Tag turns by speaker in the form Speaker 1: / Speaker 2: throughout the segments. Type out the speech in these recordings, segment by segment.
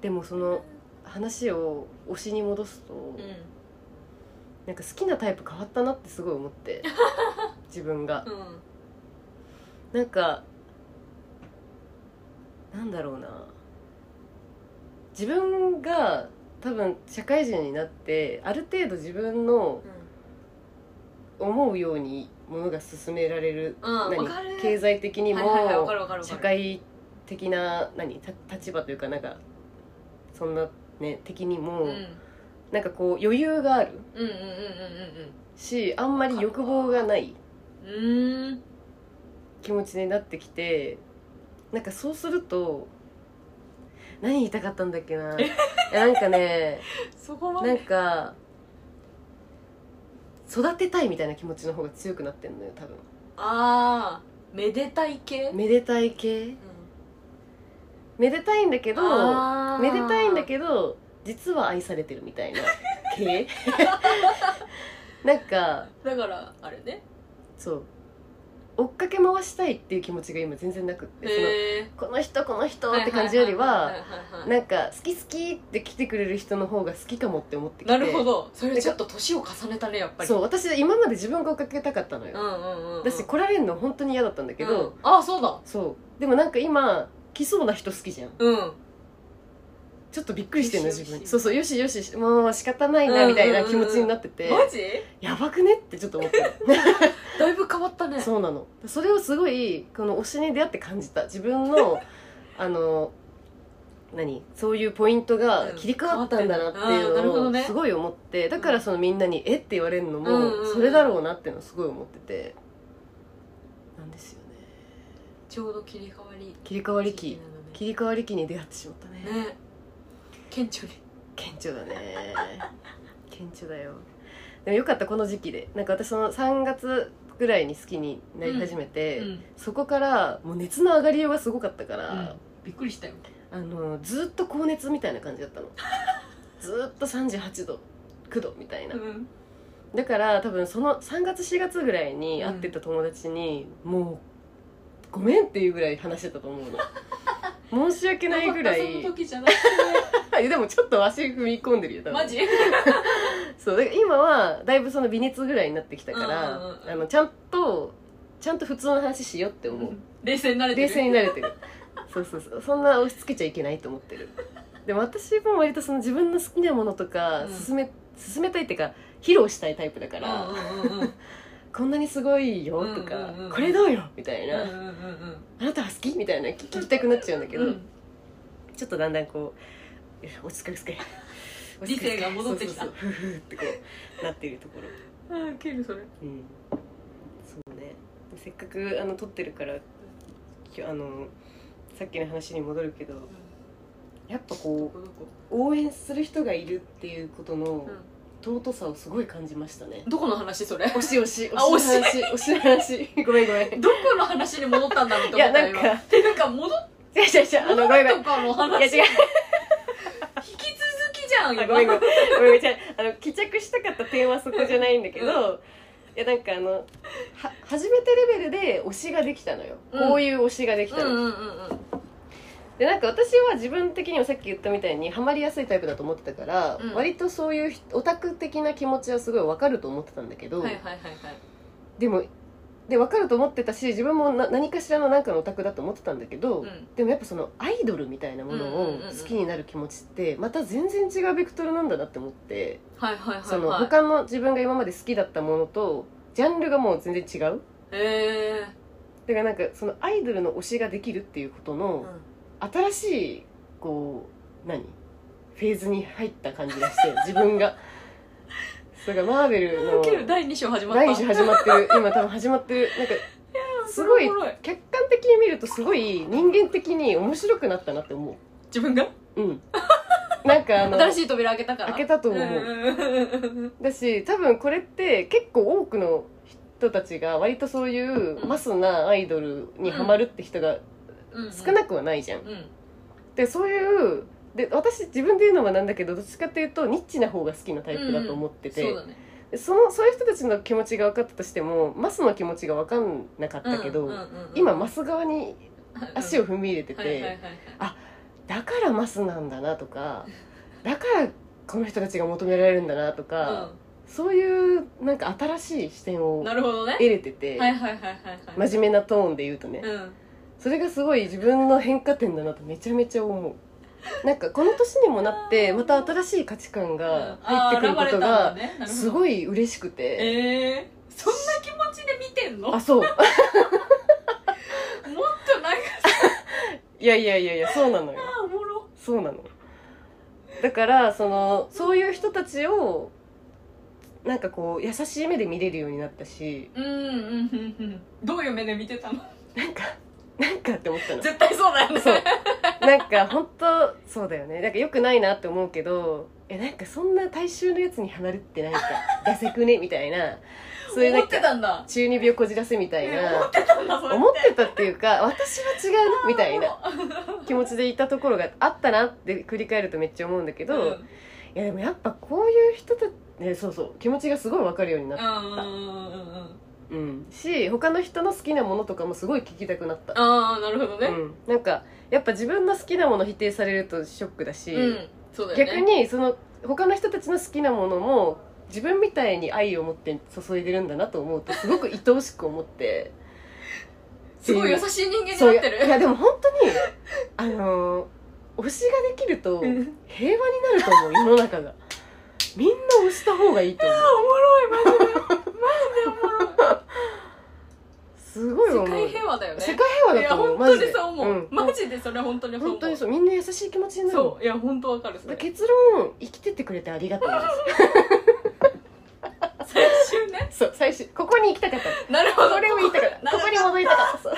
Speaker 1: でもその話を推しに戻すと、
Speaker 2: う
Speaker 1: なんか好きなタイプ変わったなってすごい思って 自分が
Speaker 2: んうん
Speaker 1: なんかなんだろうな自分が多分社会人になってある程度自分の思うようにものが進められる、
Speaker 2: うん
Speaker 1: 何
Speaker 2: わかる
Speaker 1: 経済的にも、
Speaker 2: はいはいはいわかるわかるわかる
Speaker 1: 社会的な何た立場というかなんかそんなね的にも、
Speaker 2: うんうん
Speaker 1: なんかこう余裕がある
Speaker 2: うんうんうん
Speaker 1: しあんまり欲望がない
Speaker 2: うんうんうんうん
Speaker 1: 気持ちになってきてなんかそうすると何言いたかったんだっけないやなんかね
Speaker 2: そこま
Speaker 1: なん
Speaker 2: で
Speaker 1: か育てたいみたいな気持ちの方が強くなってんのよ多分
Speaker 2: ああめでたい系
Speaker 1: めでたい系めでたいんだけどめでたいんだけど実は愛されてるみたいな系なんか
Speaker 2: どだからあれね
Speaker 1: そう追っかけ回したいっていう気持ちが今全然なくってその
Speaker 2: へえ
Speaker 1: この人この人って感じよりは
Speaker 2: な
Speaker 1: なんか好き好きって来てくれる人の方が好きかもって思ってきて
Speaker 2: なるほどそれちょっと年を重ねたねやっぱり
Speaker 1: そうう私今まで自分が追っかけたかったの
Speaker 2: う
Speaker 1: よ、
Speaker 2: んうんうん
Speaker 1: だし来られるの本当に嫌だったんだけど、
Speaker 2: うんああそうだ
Speaker 1: そうでもなんか今来そうな人好きじゃん
Speaker 2: うん
Speaker 1: ちょっとびっくりしてんの
Speaker 2: よし
Speaker 1: 自
Speaker 2: よし
Speaker 1: 分にそうそうよしよしもう仕方ないなみたいな気持ちになってて、
Speaker 2: マジ
Speaker 1: やばくねってちょっと思った
Speaker 2: だいぶ変わったね
Speaker 1: のそうなの それをすごいこの推しに出会って感じた自分 のあの何そういうポイントが切り替わったんだなって
Speaker 2: うん変わってんだあーないる
Speaker 1: うの
Speaker 2: ほど
Speaker 1: を
Speaker 2: ね
Speaker 1: すごい思ってだからそのみんなに「えっ?」て言われるの
Speaker 2: うんうんう
Speaker 1: も
Speaker 2: ん
Speaker 1: それだろうなっていうのをすごい思っててなんですよね
Speaker 2: ちょうど切り替わり
Speaker 1: 切り替わり
Speaker 2: 時期
Speaker 1: 期
Speaker 2: なの
Speaker 1: 切り替わり期に出会ってしまったね
Speaker 2: ねね顕著に
Speaker 1: 顕著だね顕著だよでもよかったこの時期でなんか私その3月ぐらいに好きになり始めて、
Speaker 2: うん
Speaker 1: そこからもう熱の上がりようがすごかったから、
Speaker 2: びっくりしたよ
Speaker 1: あのずっと高熱みたいな感じだ ったのずっと38度9度みたいな、
Speaker 2: ん
Speaker 1: だから多分その3月4月ぐらいに会ってた友達に、もうごめんっていうぐらい話してたと思う の申し訳ないぐら
Speaker 2: そ
Speaker 1: い
Speaker 2: の時じゃなくて
Speaker 1: いやでもちょっと足踏み込んでるよ多分
Speaker 2: マジ
Speaker 1: そうだから今はだいぶその微熱ぐらいになってきたから、
Speaker 2: うんうんうんうん
Speaker 1: あのちゃんとちゃんと普通の話しようって思う、
Speaker 2: 冷静になれて
Speaker 1: 冷
Speaker 2: る
Speaker 1: 静になれてるそうそうそうそんな押し付けちゃいけないと思ってるでも私も割とその自分の好きなものとか
Speaker 2: うん
Speaker 1: 進め,、進めたいっていうか披露したいタイプだから、
Speaker 2: うんうんうんうん
Speaker 1: こんなにすごいよとか、
Speaker 2: うんうんうん
Speaker 1: これどうよみたいな、
Speaker 2: うんうんうんうん
Speaker 1: あなたは好きみたいな聞聞きたくなっちゃうんだけど、
Speaker 2: うん
Speaker 1: ちょっとだんだんこうよし落ち着け落ち着け
Speaker 2: 理性が戻ってきた
Speaker 1: そうそうそうふふふってこうなっているところ
Speaker 2: あーウるそれ
Speaker 1: うんそうねせっかくあの撮ってるからきょあのさっきの話に戻るけどやっぱ
Speaker 2: ど
Speaker 1: こう
Speaker 2: こどこ
Speaker 1: 応援する人がいるっていうことの
Speaker 2: う
Speaker 1: 尊さをすごい感じましたね
Speaker 2: ん、どこの話それ
Speaker 1: おしおし
Speaker 2: あ
Speaker 1: おしの話おしの話ごめんごめん
Speaker 2: どこの話に戻ったんだろうと
Speaker 1: い
Speaker 2: 思
Speaker 1: や
Speaker 2: った
Speaker 1: な
Speaker 2: よ
Speaker 1: ん
Speaker 2: 今
Speaker 1: か
Speaker 2: てなんか戻っ
Speaker 1: 違う違う違うあのごめんごめん
Speaker 2: とかの
Speaker 1: いや
Speaker 2: 話
Speaker 1: 違う
Speaker 2: 引き続きじゃん
Speaker 1: あ
Speaker 2: 今
Speaker 1: ごめんごめんごめんごめん違うあの帰着したかった点はそこじゃないんだけど、
Speaker 2: うん
Speaker 1: いやなんかあのは初めてレベルで推しができたのよ、
Speaker 2: うん
Speaker 1: こういう推しができたの、
Speaker 2: うんうんうんうん
Speaker 1: でなんか私は自分的にもさっき言ったみたいにハマりやすいタイプだと思ってたから、
Speaker 2: うん
Speaker 1: 割とそういうひオタク的な気持ちはすごいわかると思ってたんだけど、
Speaker 2: はいはいはいはい
Speaker 1: でもで分かると思ってたし自分もな何かしらのなんかのオタクだと思ってたんだけど、
Speaker 2: うん
Speaker 1: でもやっぱそのアイドルみたいなもの
Speaker 2: うん
Speaker 1: を
Speaker 2: うんうんうん
Speaker 1: 好きになる気持ちってまた全然違うベクトルなんだなって思って
Speaker 2: はいはいはいはい
Speaker 1: その他の自分が今まで好きだったものとジャンルがもう全然違う
Speaker 2: へえ
Speaker 1: だからなんかそのアイドルの推しができるっていうことの、新しいこう何フェーズに入った感じがして自分 がそれがマーベルの
Speaker 2: ウケる第2章始まった
Speaker 1: 第2始まってる今多分始まってるなんかすごい
Speaker 2: おもろい
Speaker 1: 客観的に見るとすごい人間的に面白くなったなって思
Speaker 2: 自分が
Speaker 1: ううんなんかあの
Speaker 2: 新しい扉開けたから
Speaker 1: 開けたと思うん
Speaker 2: うん
Speaker 1: だし多分これって結構多くの人たちが割とそういうマスなアイドルにハマるって人が
Speaker 2: うんうん
Speaker 1: 少なくはないじゃん
Speaker 2: うん
Speaker 1: でそういうで私自分で言うのもなんだけどどっちかっていうとニッチな方が好きなタイプだと思ってて、
Speaker 2: そうだね
Speaker 1: でそのそういう人たちの気持ちが分かったとしてもマスの気持ちが分かんなかったけど、
Speaker 2: うんうんうんうん
Speaker 1: 今マス側に足を踏み入れてて、
Speaker 2: はいはいはいはい
Speaker 1: あだからマスなんだなと かだからこの人たちが求められるんだなとか、そういうなんか新しい視点
Speaker 2: うん
Speaker 1: を
Speaker 2: なるほどね
Speaker 1: 得れてて、
Speaker 2: はいはいはいはいはい
Speaker 1: 真面目なトーンで言うとね、
Speaker 2: うん
Speaker 1: それがすごい自分の変化点だなとめちゃめちゃ思うなんかこの年にもなってまた新しい価値観が入ってくることがす
Speaker 2: い
Speaker 1: ごい嬉しくて、
Speaker 2: えー、そんな気持ちで見てんのも
Speaker 1: あ
Speaker 2: っ
Speaker 1: そう
Speaker 2: となんか
Speaker 1: いやいやいやいやそうなのよ
Speaker 2: おもろ
Speaker 1: そうなのだからそのそういう人たちをなんかこう優しい目で見れるようになったし
Speaker 2: うんうんうんうんどういう目で見てたの
Speaker 1: なんかなんかって思ったの
Speaker 2: 絶対そうだよね
Speaker 1: そうなんか本当そうだよねなんかよくないなって思うけどえなんかそんな大衆のやつに離れてなんか出せくねみたいなそういうな
Speaker 2: 思
Speaker 1: ん
Speaker 2: って
Speaker 1: か
Speaker 2: たんだ
Speaker 1: 中二病こじらせみたい
Speaker 2: え思っ
Speaker 1: な
Speaker 2: てたんだそれ
Speaker 1: 思ってたっていうか私は違うなみたいな気持ちでいたところがあったなって振り返るとめっちゃ思うんだけど、
Speaker 2: うん
Speaker 1: いやでもやっぱこういう人たち、ね、そうそう気持ちがすごい分かるようになった、
Speaker 2: うんうんうんうんうん
Speaker 1: うん、し他の人の好きなものとかもすごい聞きたくなった、
Speaker 2: ああなるほど
Speaker 1: う
Speaker 2: ね
Speaker 1: ん、なんかやっぱ自分の好きなもの否定されるとショックだし、
Speaker 2: うんそうだよね
Speaker 1: 逆にその他の人たちの好きなものも自分みたいに愛を持って注いでるんだなと思うとすごく愛おしく思って
Speaker 2: すごい優しい人間に
Speaker 1: そうい
Speaker 2: なっ
Speaker 1: や
Speaker 2: て
Speaker 1: いや
Speaker 2: る
Speaker 1: でも本当 にあの推しができると
Speaker 2: うん
Speaker 1: 平和になると思う世の中がみんな推した方がいいと思う
Speaker 2: おもろいマジ
Speaker 1: すごい思
Speaker 2: 世
Speaker 1: う
Speaker 2: 界平和だよね
Speaker 1: 世界平和だと思う
Speaker 2: いや本
Speaker 1: マジ
Speaker 2: 当に
Speaker 1: で
Speaker 2: そう思う、
Speaker 1: ん
Speaker 2: マジでそれ本当にそう思う
Speaker 1: 本当にそうみんな優しい気持ちになる
Speaker 2: そういや本当わかるそ
Speaker 1: だ
Speaker 2: れ
Speaker 1: から結論生きてってくれてありがとうで
Speaker 2: 最終ね
Speaker 1: すそう最初ここに行きたかったの
Speaker 2: なるほど
Speaker 1: これを言いたかったここに戻りたか ったそう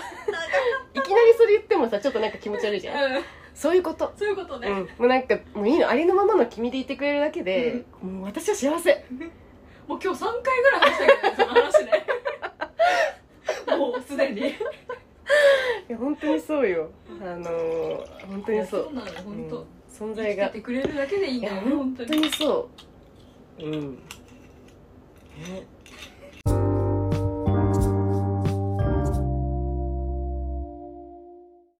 Speaker 1: いきなりそれ言ってもさちょっとなんか気持ち悪いじゃん
Speaker 2: うん
Speaker 1: そういうこと
Speaker 2: そういうこと
Speaker 1: う
Speaker 2: ね、
Speaker 1: ん、もうなんかもういいのありのままの君でいてくれるだけで、もう私は幸せ
Speaker 2: もう今日3回ぐらい話したけどねその話ねもうすでに
Speaker 1: いや本当にそうよあのー、本当にそう
Speaker 2: いやなのよ本当、
Speaker 1: うん存
Speaker 2: 生
Speaker 1: 在
Speaker 2: きて
Speaker 1: が
Speaker 2: てくれるだけでいい
Speaker 1: い
Speaker 2: んだ
Speaker 1: や
Speaker 2: よ
Speaker 1: 本
Speaker 2: 本
Speaker 1: 当
Speaker 2: 当
Speaker 1: に
Speaker 2: に
Speaker 1: そううん